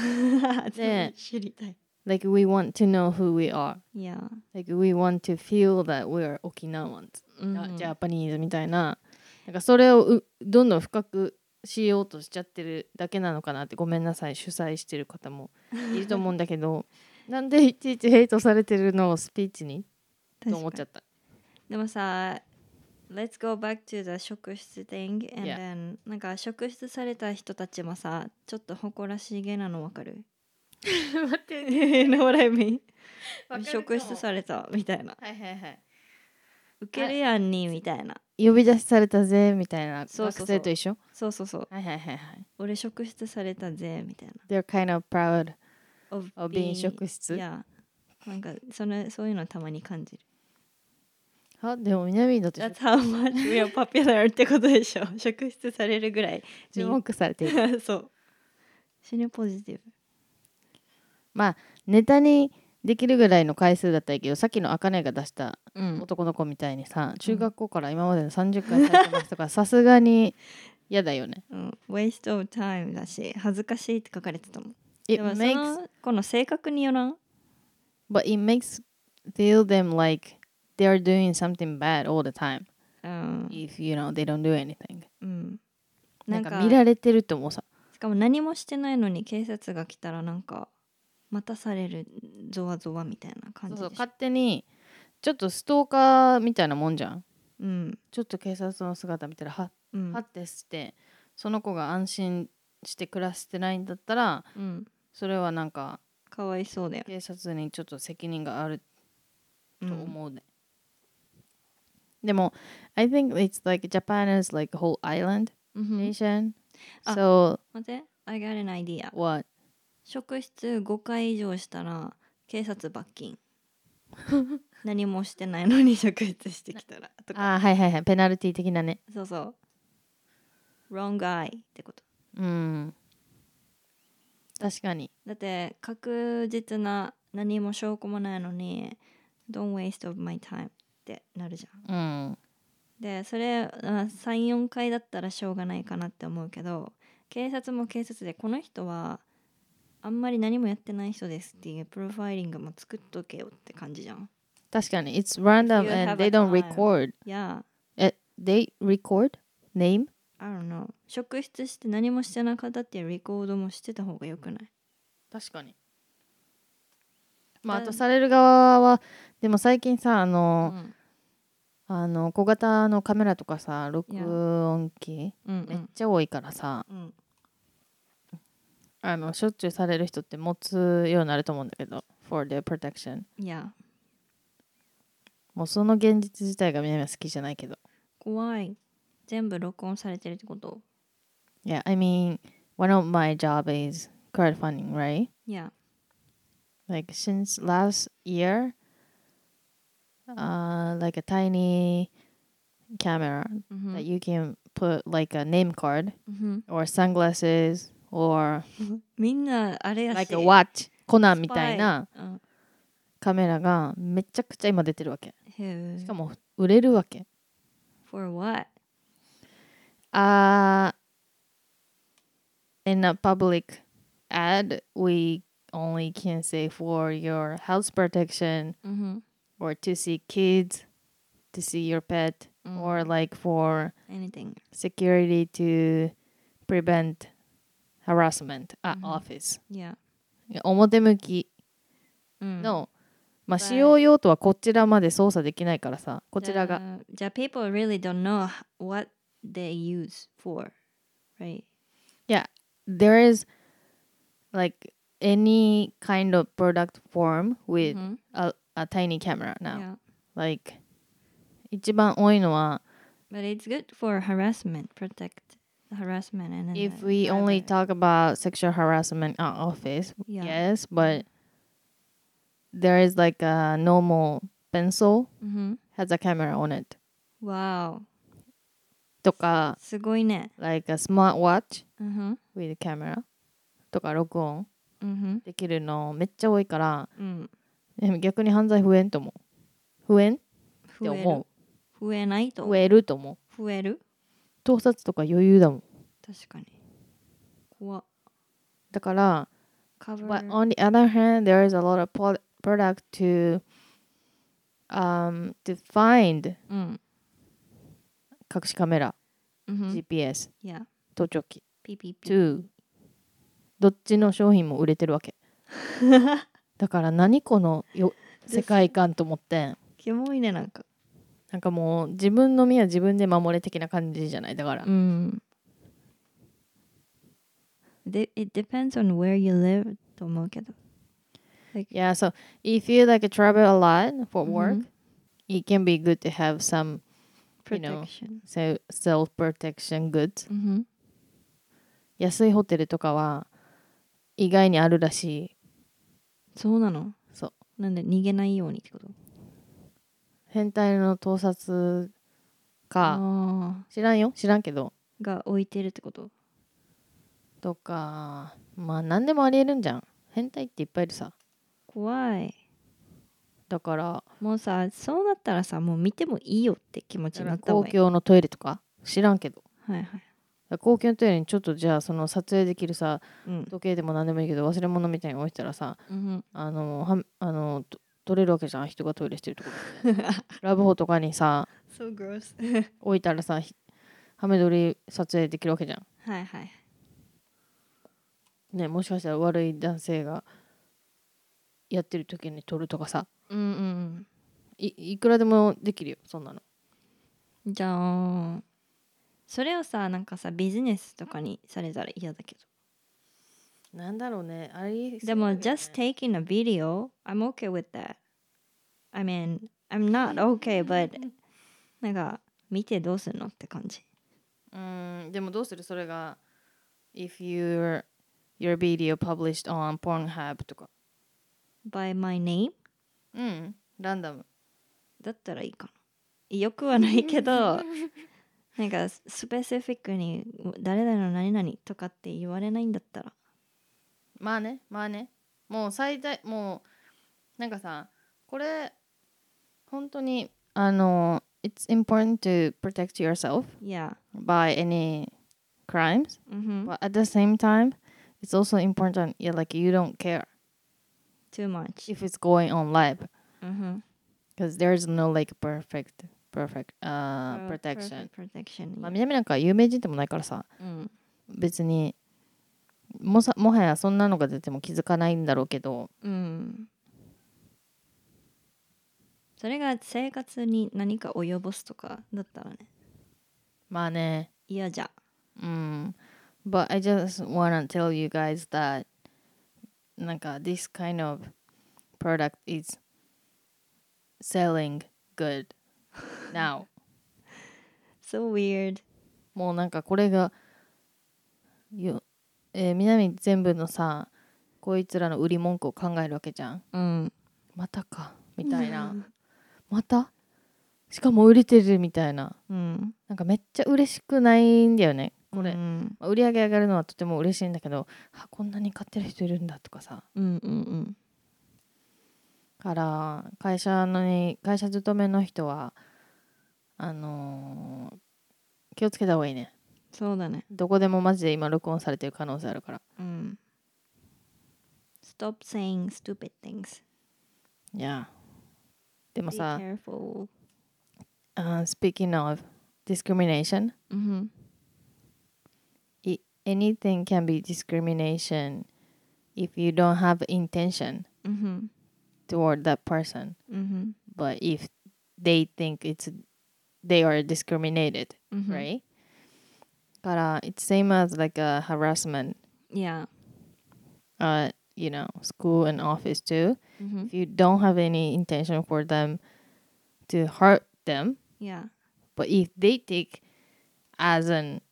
Speaker 2: で
Speaker 1: 知りたい
Speaker 2: Like we want to know who we are
Speaker 1: いや
Speaker 2: Like we want to feel that we are Okinawans、あジャパニーズみたいななんかそれをうどんどん深くしようとしちゃってるだけなのかなってごめんなさい主催してる方 もいると思うんだけどなんでいちいちヘイトされてるのをスピーチに
Speaker 1: うん
Speaker 2: と思っちゃ
Speaker 1: 確か
Speaker 2: った
Speaker 1: にでもさ Let's go back to the 職質 thing and
Speaker 2: Yeah.
Speaker 1: then なんか職質された人たちもさちょっと誇らしげなのわかる
Speaker 2: 待って ね
Speaker 1: You know what I mean?
Speaker 2: わかるかも
Speaker 1: 職質されたみたいな
Speaker 2: はいはいはい
Speaker 1: 受けるやんにみたいな
Speaker 2: 呼び出しされたぜみたいな
Speaker 1: そう
Speaker 2: 学
Speaker 1: そうそう
Speaker 2: 生と一緒
Speaker 1: そうそうそう
Speaker 2: はいはいはいはい
Speaker 1: 俺職質されたぜみたいな
Speaker 2: They're kind of proud
Speaker 1: of
Speaker 2: of being 職質
Speaker 1: いやなんかそのそういうのたまに感じる
Speaker 2: あでも南だと
Speaker 1: That's how much we are popular ってことでしょ職質されるぐらい
Speaker 2: 注目されてい る
Speaker 1: そう死ぬポジティ
Speaker 2: まあネタにできるぐらいの回数だったらいいけどさっきの茜が出した
Speaker 1: ブうん
Speaker 2: 男の子みたいにさ、中学校から今までの30回されてますとかさすがに嫌だよね
Speaker 1: うん、waste of time だし恥ずかしいって書かれてたもん
Speaker 2: It
Speaker 1: でもそ
Speaker 2: makes
Speaker 1: のこの性格によらん
Speaker 2: but it makes feel them like they are doing something bad all the time
Speaker 1: うん、
Speaker 2: if you know they don't do anything
Speaker 1: うん、
Speaker 2: なんか見られてると思うさ
Speaker 1: しかも何もしてないのに警察が来たらなんか待たされるゾワゾワみたいな感
Speaker 2: そ
Speaker 1: じ
Speaker 2: う
Speaker 1: でし
Speaker 2: そう
Speaker 1: ょ
Speaker 2: 勝手にちょっとストーカーみたいなもんじゃん
Speaker 1: うん
Speaker 2: ちょっと警察の姿見たらは,、
Speaker 1: うん
Speaker 2: はってしてその子が安心して暮らしてないんだったら
Speaker 1: うん
Speaker 2: それはなんか
Speaker 1: かわいそうだよ、
Speaker 2: 警察にちょっと責任がある
Speaker 1: う
Speaker 2: と
Speaker 1: ん、
Speaker 2: 思うね、でも I think it's like Japan is like a whole island
Speaker 1: うんふん
Speaker 2: nation
Speaker 1: あ
Speaker 2: so
Speaker 1: 待って I got an idea
Speaker 2: what
Speaker 1: 職質5回以上したら警察罰 金何もしてないのに職質してきたらとか
Speaker 2: あーはいはいはいペナルティ的なね
Speaker 1: そうそう wrong guy ってこと
Speaker 2: うん確かに
Speaker 1: だって確実な何も証拠もないのに don't waste of my time ってなるじゃん
Speaker 2: うん
Speaker 1: でそれ34回だったらしょうがないかなって思うけど警察も警察でこの人はあんまり何もやってない人ですっていうプロファイリングも作っとけよって感じじゃん
Speaker 2: 確かに it's random
Speaker 1: You
Speaker 2: and
Speaker 1: have
Speaker 2: they
Speaker 1: a
Speaker 2: don't
Speaker 1: time.
Speaker 2: record
Speaker 1: いや
Speaker 2: Eh, they record name
Speaker 1: I don't know 職質して何もしてなかったっていうレコードもしてた方がよくない
Speaker 2: 確かにまああ
Speaker 1: だ
Speaker 2: とされる側はでも最近さあ
Speaker 1: う
Speaker 2: の、
Speaker 1: ん
Speaker 2: あの小型のカメラとかさ録音機
Speaker 1: うんう
Speaker 2: めっ
Speaker 1: ん
Speaker 2: ちゃ多いからさ、
Speaker 1: うん
Speaker 2: あのしょっちゅうされる人って持つようになると思うんだけど for their protection
Speaker 1: いや
Speaker 2: もうその現実自体がみんな好きじゃないけど
Speaker 1: 怖い全部録音されてるってこと
Speaker 2: Yeah I mean one of my job is crowdfunding right
Speaker 1: いや
Speaker 2: like since last year uh like a tiny camera
Speaker 1: うんふん
Speaker 2: that you can put like a name card
Speaker 1: うんふん
Speaker 2: or sunglasses or
Speaker 1: みんなあれやし
Speaker 2: like a watch コナンみたいな
Speaker 1: スパイうん
Speaker 2: カメラがめちゃくちゃ今出てるわけ
Speaker 1: へえ
Speaker 2: しかも売れるわけ
Speaker 1: for what
Speaker 2: あー Uh, in a public ad we only can say for your health protection
Speaker 1: うんふん
Speaker 2: or to see kids to see your pet or like for
Speaker 1: anything
Speaker 2: security to prevent harassment
Speaker 1: Mhm.
Speaker 2: at office
Speaker 1: いや
Speaker 2: 表向き
Speaker 1: うん
Speaker 2: の、まあ、
Speaker 1: Right.
Speaker 2: 使用用途はこちらまで操作できないからさこちらが
Speaker 1: じゃあじゃあ people really don't know what they use for right
Speaker 2: There is like any kind of product form
Speaker 1: う
Speaker 2: with
Speaker 1: ん
Speaker 2: a, a tiny camera
Speaker 1: Yeah.
Speaker 2: now like 一番多いのは
Speaker 1: But it's good for harassment, protect harassment and then
Speaker 2: if
Speaker 1: the
Speaker 2: we only
Speaker 1: private-
Speaker 2: talk about sexual harassment at office
Speaker 1: Yeah.
Speaker 2: yes but there is like a normal pencil
Speaker 1: Mhm.
Speaker 2: has a camera on it
Speaker 1: Wow.
Speaker 2: とか
Speaker 1: すごいね。
Speaker 2: like a smartwatch
Speaker 1: うんふん
Speaker 2: with a camera とか録音
Speaker 1: うんふん
Speaker 2: できるのめっちゃ多い から
Speaker 1: うん。
Speaker 2: でも逆に犯罪増えんと思う増えんって
Speaker 1: 増える。
Speaker 2: 思
Speaker 1: 増えないうと。
Speaker 2: 増えると思う
Speaker 1: 増える
Speaker 2: 盗撮とか余裕だもん
Speaker 1: 確かに。怖っ。
Speaker 2: だから、
Speaker 1: カバー。
Speaker 2: but on the other hand there is a lot of pro- product to um to find
Speaker 1: うん。
Speaker 2: 隠しカメラ、
Speaker 1: うんふん。い
Speaker 2: GPS
Speaker 1: や。
Speaker 2: 盗聴器
Speaker 1: PPP。
Speaker 2: to どっちの商品も売れてる わけだから何このよ世界観と思って
Speaker 1: キモいね、なんか。
Speaker 2: なんかもう自分の身は自分で守れ的な感じじゃないだから、
Speaker 1: うん。で、it depends on where you live と思うけど。Like,
Speaker 2: Yeah, so if you like travel a lot for work,
Speaker 1: Mhm.
Speaker 2: it can be good to have some you know
Speaker 1: protection.
Speaker 2: se- self protection goods.
Speaker 1: うんふん
Speaker 2: 安いホテルとかは意外にあるらしい。
Speaker 1: そうなの
Speaker 2: そう。
Speaker 1: なんで逃げないようにってこと
Speaker 2: 変態の盗撮
Speaker 1: あ
Speaker 2: か、
Speaker 1: あ
Speaker 2: 知らんよ、知らんけど。
Speaker 1: ー。が置いてるってこと
Speaker 2: とか、まあ何でもありえるんじゃん。変態っていっぱいいるさ。
Speaker 1: 怖い。
Speaker 2: だから、
Speaker 1: もうさそうなったらさもう見てもいいよって気持ちになった方
Speaker 2: 公
Speaker 1: がいい
Speaker 2: 共のトイレとか知らんけど。
Speaker 1: はいはい
Speaker 2: 公共のトイレにちょっとじゃあその撮影できるさ
Speaker 1: うん
Speaker 2: 時計でも何でもいいけど忘れ物みたいに置いてたらさ
Speaker 1: うん
Speaker 2: あのはあのと取れるわけじゃん人がトイレしてるとこ ろでラブホとかにさ
Speaker 1: So gross
Speaker 2: 置いたらさひハメ撮り撮影できるわけじゃん
Speaker 1: はいはい
Speaker 2: ねもしかしたら悪い男性がやってる時に取るとかさ
Speaker 1: うんうん
Speaker 2: いいくらでもできるよそんなの
Speaker 1: うんじゃあそれをさなんかさビジネスとかにされたら嫌だけど
Speaker 2: なんだろうねあり
Speaker 1: でも just taking a video I'm okay with that I mean I'm not okay but なんか見てどうするのって感じ
Speaker 2: うんでもどうするそれが if your your video published on Pornhub とか
Speaker 1: by my name
Speaker 2: うんランダム
Speaker 1: だったらいいかなよくはないけ どなんかスペシフィックに誰々の何々とかって言われないんだったら
Speaker 2: まあねまあねもう最大もうなんかさこれ本当にあの It's important to protect yourself
Speaker 1: Yeah
Speaker 2: by any crimes
Speaker 1: うん
Speaker 2: but at the same time it's also important yeah like you don't care
Speaker 1: too much
Speaker 2: if it's going on live
Speaker 1: うん
Speaker 2: because there's no like perfect perfect uh
Speaker 1: うん
Speaker 2: protection
Speaker 1: Oh, Perfect protection
Speaker 2: まあ南なんか有名人でもないからさ
Speaker 1: うん
Speaker 2: 別にもさもはやそんなのが出ても気づかないんだろうけど
Speaker 1: うんそれが生活に何か及ぼすとかだったらね
Speaker 2: まあね
Speaker 1: 嫌じゃ
Speaker 2: Mm. But I just want to tell you guys that なんか this kind of product is selling good now.
Speaker 1: So weird
Speaker 2: もうなんかこれがよ、えー、南全部のさこいつらの売り文句を考えるわけじゃん。
Speaker 1: うん
Speaker 2: またかみたいな。またしかも売れてるみたいな。
Speaker 1: うん
Speaker 2: なんかめっちゃ嬉しくないんだよねこれ。
Speaker 1: うん
Speaker 2: まあ売り上げ上がるのはとても嬉しいんだけどあこんなに買ってる人いるんだとかさ
Speaker 1: うんうんうん
Speaker 2: から会社のに会社勤めの人はあのー気をつけた方がいいね
Speaker 1: そうだね
Speaker 2: どこでもマジで今録音されてる可能性あるから
Speaker 1: うん Stop saying stupid things
Speaker 2: いやでも
Speaker 1: Be
Speaker 2: さ、
Speaker 1: careful
Speaker 2: あー uh, speaking of discrimination
Speaker 1: うん
Speaker 2: i- anything can be discrimination if you don't have intention
Speaker 1: うん
Speaker 2: toward that person
Speaker 1: うん
Speaker 2: but if they think it's they are discriminated
Speaker 1: うん
Speaker 2: right? から it's same as like a harassment
Speaker 1: Yeah
Speaker 2: at you know school and office too.
Speaker 1: うん
Speaker 2: If you don't have any intention for them to hurt them,
Speaker 1: Yeah
Speaker 2: but if they take as an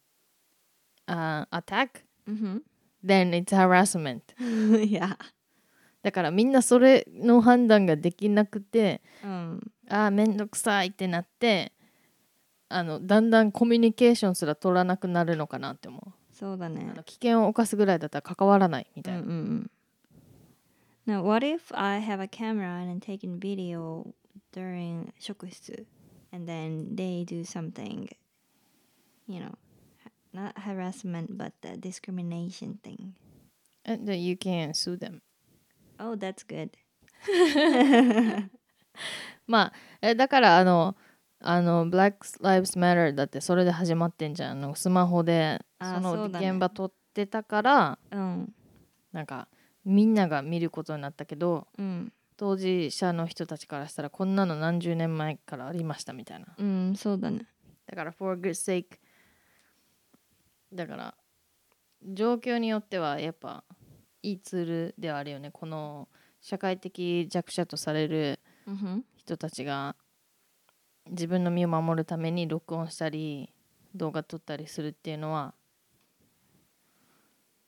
Speaker 2: uh, attack,
Speaker 1: うん
Speaker 2: then it's harassment.
Speaker 1: Yeah
Speaker 2: だからみんなそれの判断ができなくて、
Speaker 1: うん
Speaker 2: ああめんどくさいってなって、あのだんだんコミュニケーションすら取らなくなるのかなって思う。
Speaker 1: そうだね
Speaker 2: あの危険を犯すぐらいだったら関わらないみたいな。
Speaker 1: Mm, mm, mm. Now, what if I have a camera and I'm taking video during shokutsu, and then they do something, you know, ha- not harassment but the discrimination thing?
Speaker 2: And then you can sue them.
Speaker 1: Oh, that's good.
Speaker 2: まあえだからあのあの Black Lives Matter だってそれで始まってんじゃんあのスマホで
Speaker 1: あー
Speaker 2: その
Speaker 1: そうだね
Speaker 2: 現場撮ってたから、
Speaker 1: うん、
Speaker 2: なんかみんなが見ることになったけど
Speaker 1: うん、
Speaker 2: 当事者の人たちからしたらこんなの何十年前からありましたみたいな
Speaker 1: うん、そうだね。
Speaker 2: だから for good sake だから状況によってはやっぱいいツールではあるよねこの社会的弱者とされる
Speaker 1: うん、
Speaker 2: 人たちが自分の身を守るために録音したり動画撮ったりするっていうのは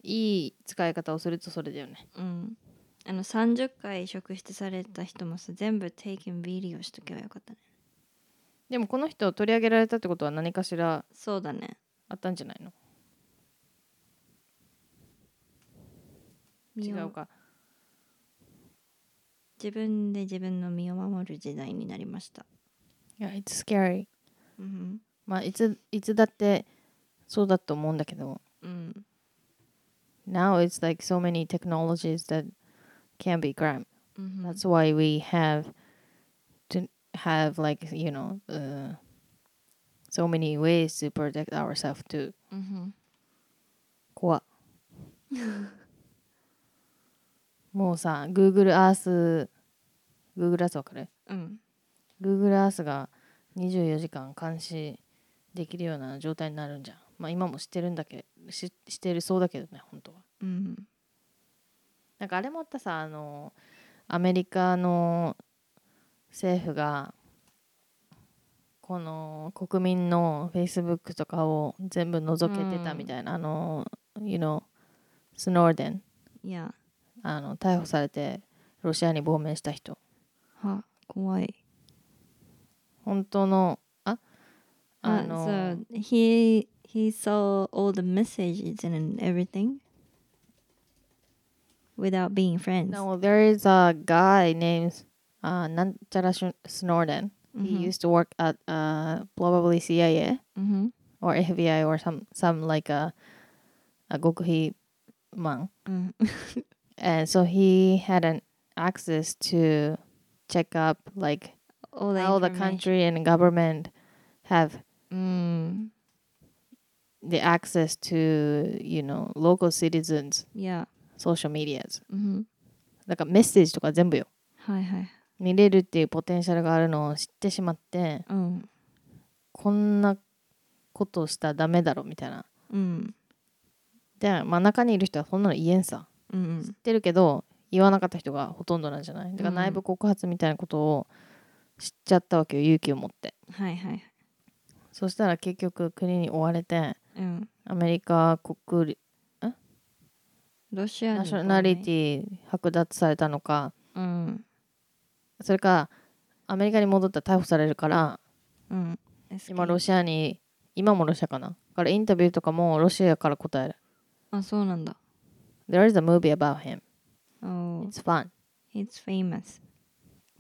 Speaker 2: いい使い方をするとそれだよね
Speaker 1: うん。あの30回職質された人もさ全部 taking video しとけばよかったね。
Speaker 2: でもこの人を取り上げられたってことは何かしら
Speaker 1: そうだね。
Speaker 2: あったんじゃないの
Speaker 1: 身
Speaker 2: 違
Speaker 1: を
Speaker 2: うか
Speaker 1: 自分で自分の身を守る時代になりました。
Speaker 2: いや It's scary
Speaker 1: うん、
Speaker 2: まあいついつだってそうだと思うんだけど
Speaker 1: うん。
Speaker 2: Now it's like so many technologies that can be crime
Speaker 1: Mm-hmm.
Speaker 2: That's why we have to have like you know uh, so many ways Mm-hmm. to protect ourselves too.
Speaker 1: うん
Speaker 2: 怖っもうさ Google Earth Google Earth わかる
Speaker 1: うん
Speaker 2: Google Earth が24時間監視できるような状態になるんじゃんまあ今もしてるんだけししてるそうだけどね本当は
Speaker 1: うん
Speaker 2: なんかあれもあったさあのアメリカの政府がこの国民の Facebook とかを全部覗けてたみたいな、あの you know スノーデン
Speaker 1: いや
Speaker 2: あの逮捕されてロシアに亡命した人
Speaker 1: は怖い
Speaker 2: 本当のああ
Speaker 1: Uh,
Speaker 2: の
Speaker 1: so he he saw all the messages and everything without being friends.
Speaker 2: No, there is a guy named uh, Nanchara Sn- Snowden. He used to work at uh, probably CIA
Speaker 1: Mm-hmm.
Speaker 2: or FBI or some some like a a Gokuhi man.
Speaker 1: Mm.
Speaker 2: Mm-hmm. And so he had an access to check up like
Speaker 1: All the
Speaker 2: how the
Speaker 1: information.
Speaker 2: country and government have
Speaker 1: Mm.
Speaker 2: the access to you know local citizens
Speaker 1: Yeah.
Speaker 2: social medias
Speaker 1: うん
Speaker 2: だからメッセージとか全部よ
Speaker 1: はいはい。
Speaker 2: 見れるっていうポテンシャルがあるのを知ってしまって
Speaker 1: うん。
Speaker 2: こんなことをしたらダメだろみたいな
Speaker 1: うん。
Speaker 2: で、まあ、中にいる人はそんなの言えんさ
Speaker 1: う
Speaker 2: 知っ
Speaker 1: ん。
Speaker 2: てるけど言わなかった人がほとんどなんじゃないだから
Speaker 1: うん
Speaker 2: 内部告発みたいなことを知っちゃったわけよ勇気を持って
Speaker 1: はいはい。
Speaker 2: そしたら結局国に追われて
Speaker 1: うん。
Speaker 2: アメリカ国立
Speaker 1: ロシアに
Speaker 2: ナショナリテ
Speaker 1: ィ。
Speaker 2: ィ剥奪されたのか Mm.
Speaker 1: うん。
Speaker 2: それかアメリカに戻ったら逮捕されるから
Speaker 1: うん。
Speaker 2: 今ロ
Speaker 1: シ
Speaker 2: シアに今もロシアかなだからインタビューとかもロシアから答える
Speaker 1: ア。あ、Ah, そうなんだ。
Speaker 2: There is a movie about him
Speaker 1: Oh,
Speaker 2: It's fun
Speaker 1: it's famous.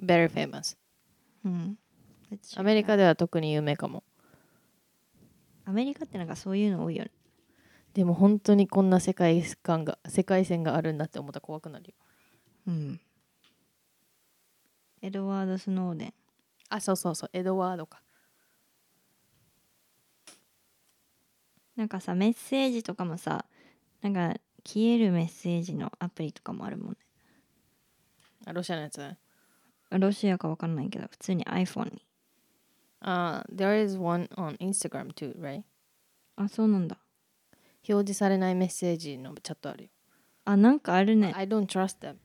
Speaker 2: Very famous
Speaker 1: うん。Let's check
Speaker 2: アメリ
Speaker 1: it
Speaker 2: カでは特に有名かも
Speaker 1: out アメリカってなんかそういうの多いよね。
Speaker 2: でも本当にこんな世界観が世界線があるんだって思ったら怖くなるよ
Speaker 1: うん。エドワード・スノーデン。
Speaker 2: あそうそうそうエドワードか
Speaker 1: なんかさメッセージとかもさなんか消えるメッセージのアプリとかもあるもんね
Speaker 2: あロシアのやつあ
Speaker 1: ロシアかわかんないけど普通に iPhone に
Speaker 2: h There is one on Instagram too right
Speaker 1: あそうなんだ
Speaker 2: 表示されないメッセージのチャットあるよ、
Speaker 1: あなんかあるね
Speaker 2: I don't trust them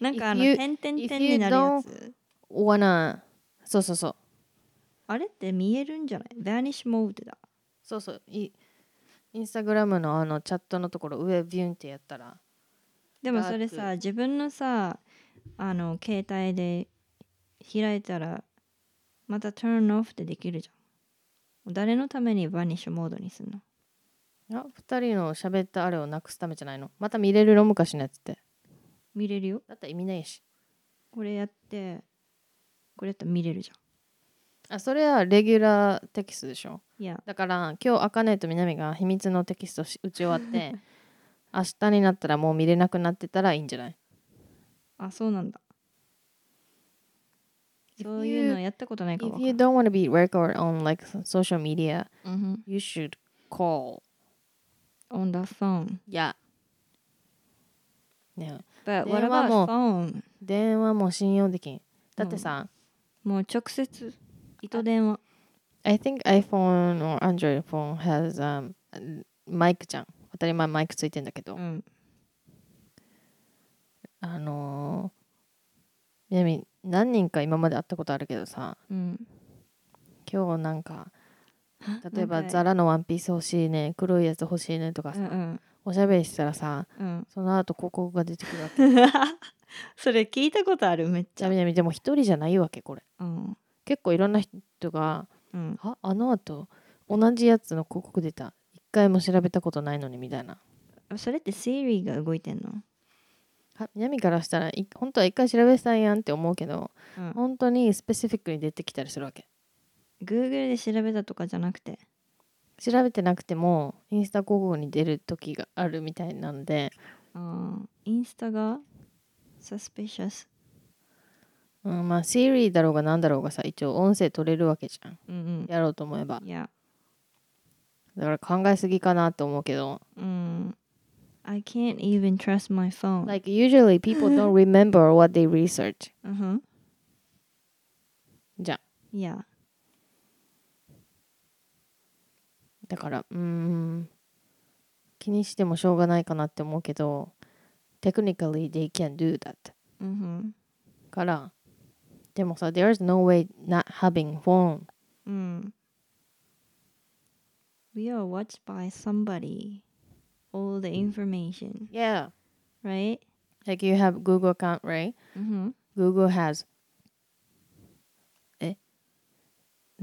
Speaker 1: なんかあの
Speaker 2: if you-
Speaker 1: 点点
Speaker 2: if
Speaker 1: 点
Speaker 2: you
Speaker 1: になるやつ
Speaker 2: wanna そうそうそう
Speaker 1: あれって見えるんじゃない Vanish Mode だ
Speaker 2: そうそういインスタグラムのあのチャットのところ上ビュンってやったら
Speaker 1: でもそれ
Speaker 2: ダー
Speaker 1: さ自分のさあの携帯で開いたらまた Turn Off ってできるじゃん誰のために Vanish Mode にすんの
Speaker 2: あ2人の喋ったあれをなくすためじゃないのまた見れるの昔のやつって
Speaker 1: 見れるよ
Speaker 2: だったら意味ないし
Speaker 1: これやってこれやったら見れるじゃ
Speaker 2: あそれはレギュラーテキストでしょ
Speaker 1: んいや
Speaker 2: だから今日あかねとみなみが秘密のテキストし打ち終わって 明日になったらもう見れなくなってたらいいんじゃない
Speaker 1: あそうなんだ
Speaker 2: If
Speaker 1: そういうのやったことないかも
Speaker 2: If you don't want to be recorded on like social media,
Speaker 1: うんふん
Speaker 2: you should call.
Speaker 1: On the phone
Speaker 2: Yeah. ね
Speaker 1: But
Speaker 2: 電
Speaker 1: what
Speaker 2: 話
Speaker 1: about
Speaker 2: も
Speaker 1: phone?
Speaker 2: 電話も信用できん。だってさ、
Speaker 1: もう直接糸電話
Speaker 2: I think iPhone or Android phone has、um, マイクじゃん。当たり前マイクついてんだけど、
Speaker 1: うん
Speaker 2: あのー、みなみ何人か今まで会ったことあるけどさ、
Speaker 1: うん
Speaker 2: 今日なんか例えば
Speaker 1: なんか
Speaker 2: ザラのワンピース欲しいね黒いやつ欲しいねとか
Speaker 1: う
Speaker 2: さ、
Speaker 1: んうん
Speaker 2: おしゃべりしたらさ
Speaker 1: うん
Speaker 2: その後広告が出てくるわ け
Speaker 1: それ聞いたことあるめっ
Speaker 2: ちなみにでも一人じゃないわけこれ
Speaker 1: うん
Speaker 2: 結構いろんな人が
Speaker 1: うん
Speaker 2: ああの後同じやつの広告出た一回も調べたことないのにみたいな
Speaker 1: それって Siri が動いてんの
Speaker 2: は南からしたらい本当は一回調べてたんやんって思うけど
Speaker 1: うん
Speaker 2: 本当にスペシフィックに出てきたりするわけ
Speaker 1: Google で調べたとかじゃなくて
Speaker 2: 調べてなくてもインスタ広告に出る時があるみたいなんで
Speaker 1: あーインスタが Suspicious
Speaker 2: うん、まあ Siri だろうが何だろうがさ一応音声取れるわけじゃん
Speaker 1: うん
Speaker 2: やろうと思えば
Speaker 1: うんいや
Speaker 2: だから考えすぎかなと思うけど
Speaker 1: うん I can't even trust my phone.
Speaker 2: Like usually people don't remember what they research.
Speaker 1: uh huh.
Speaker 2: じゃん
Speaker 1: Yeah.
Speaker 2: だからうーん気にしてもしょうがないかなって思うけど technically they can do that
Speaker 1: Mm hmm.
Speaker 2: からでもさ there's no way not having phone
Speaker 1: Mm. We are watched by somebody. All the information,
Speaker 2: yeah
Speaker 1: right?
Speaker 2: like you have Google account right
Speaker 1: Mm hmm.
Speaker 2: Google has え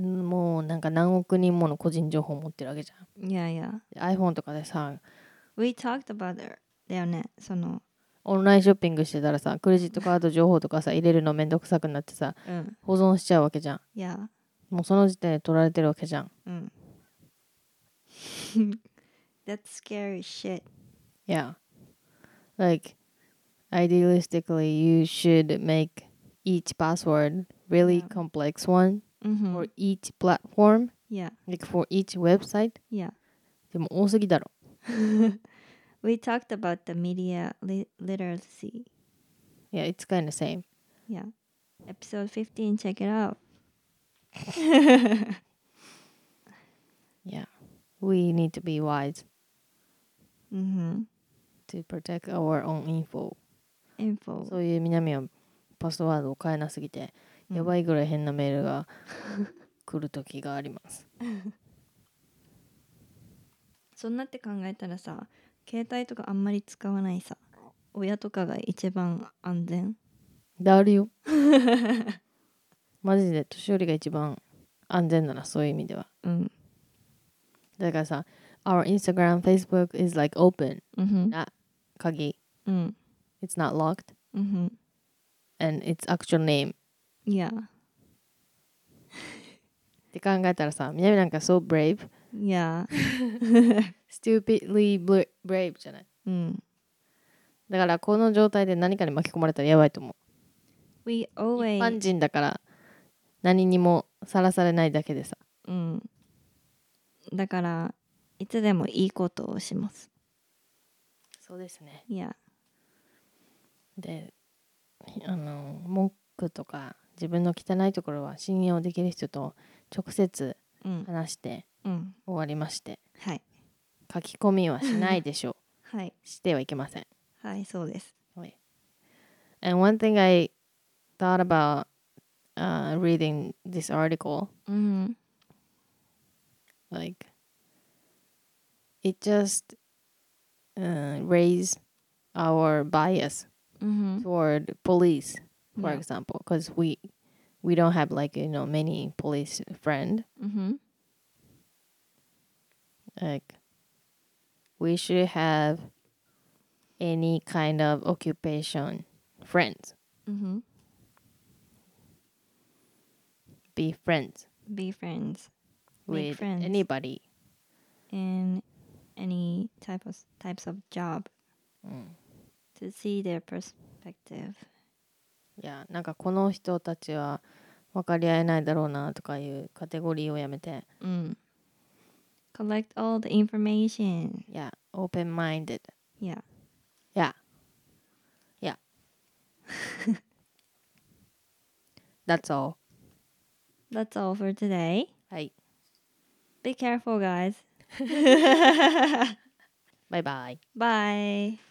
Speaker 2: もうなんか何億人もの個人情報持ってるわけじゃん
Speaker 1: Yeah, yeah.
Speaker 2: で iPhone とかでさ
Speaker 1: We talked about that. だよね。その。
Speaker 2: オンラインショッピングしてたらさクレジットカード情報とかさ入れるのめんどくさくなってさ
Speaker 1: うん。
Speaker 2: 保存しちゃうわけじゃん
Speaker 1: Yeah.
Speaker 2: もうその時点で取られてるわけじゃん
Speaker 1: うん。That's scary shit.
Speaker 2: Yeah. Like, idealistically, you should make each password really
Speaker 1: Yeah.
Speaker 2: complex one
Speaker 1: Mm-hmm.
Speaker 2: for each platform,
Speaker 1: Yeah.
Speaker 2: like for each website.
Speaker 1: Yeah.
Speaker 2: でも多すぎだろ。
Speaker 1: We talked about the media li- literacy.
Speaker 2: Yeah, it's kind of same.
Speaker 1: Yeah. Episode 15, check it out.
Speaker 2: Yeah. We need to be wise
Speaker 1: Mm-hmm.
Speaker 2: to protect our own info.
Speaker 1: Info.
Speaker 2: そういう南はパスワードを変えなすぎて、
Speaker 1: うん
Speaker 2: やばいぐらい変なメー ルが来る時があります。
Speaker 1: そんなって考えたらさ、携帯とかあんまり使わないさ。親とかが一番安全。
Speaker 2: であるよマジで年寄りが一番安全だなそういう意味では
Speaker 1: うん。
Speaker 2: だからさ Our Instagram, Facebook is like open
Speaker 1: うん。
Speaker 2: な鍵
Speaker 1: うん。
Speaker 2: It's not locked
Speaker 1: うん。
Speaker 2: and it's actual name
Speaker 1: Yeah.
Speaker 2: って考えたらさみなみなんか so brave
Speaker 1: Yeah.
Speaker 2: stupidly bra- brave じゃない
Speaker 1: うん。
Speaker 2: だからこの状態で何かに巻き込まれたらやばいと思
Speaker 1: We
Speaker 2: う一
Speaker 1: always.
Speaker 2: 般人だから何にもさらされないだけでさ
Speaker 1: うん。だから、いつでもいいことをします。
Speaker 2: そうですね
Speaker 1: いや。
Speaker 2: であの文句とか自分の汚いところは信用できる人と直接
Speaker 1: うん。
Speaker 2: 話して
Speaker 1: うん。
Speaker 2: 終わりまして
Speaker 1: はい。
Speaker 2: 書き込みはしないでしょ
Speaker 1: はい。
Speaker 2: うしてはいけません
Speaker 1: はい、そうです。
Speaker 2: はい And one thing I thought about uh, reading this article
Speaker 1: うん。
Speaker 2: like it just uh, raise our bias
Speaker 1: うん。
Speaker 2: toward police
Speaker 1: Mm-hmm.
Speaker 2: for
Speaker 1: Yeah.
Speaker 2: example because we we don't have like you know many police friend
Speaker 1: うん。
Speaker 2: like we should have any kind of occupation friends
Speaker 1: うん。
Speaker 2: be friends
Speaker 1: Be friends Make
Speaker 2: with
Speaker 1: friends.
Speaker 2: anybody
Speaker 1: in any type of types of job Mm. to see their perspective.
Speaker 2: yeah なんかこの人たちは分かり合えないだろうなとかいうカテゴリーをやめて
Speaker 1: うん。Collect all the information.
Speaker 2: yeah open minded
Speaker 1: Yeah.
Speaker 2: yeah yeah that's all
Speaker 1: That's all for today.
Speaker 2: はい
Speaker 1: Be careful, guys.
Speaker 2: バイバイ
Speaker 1: Bye.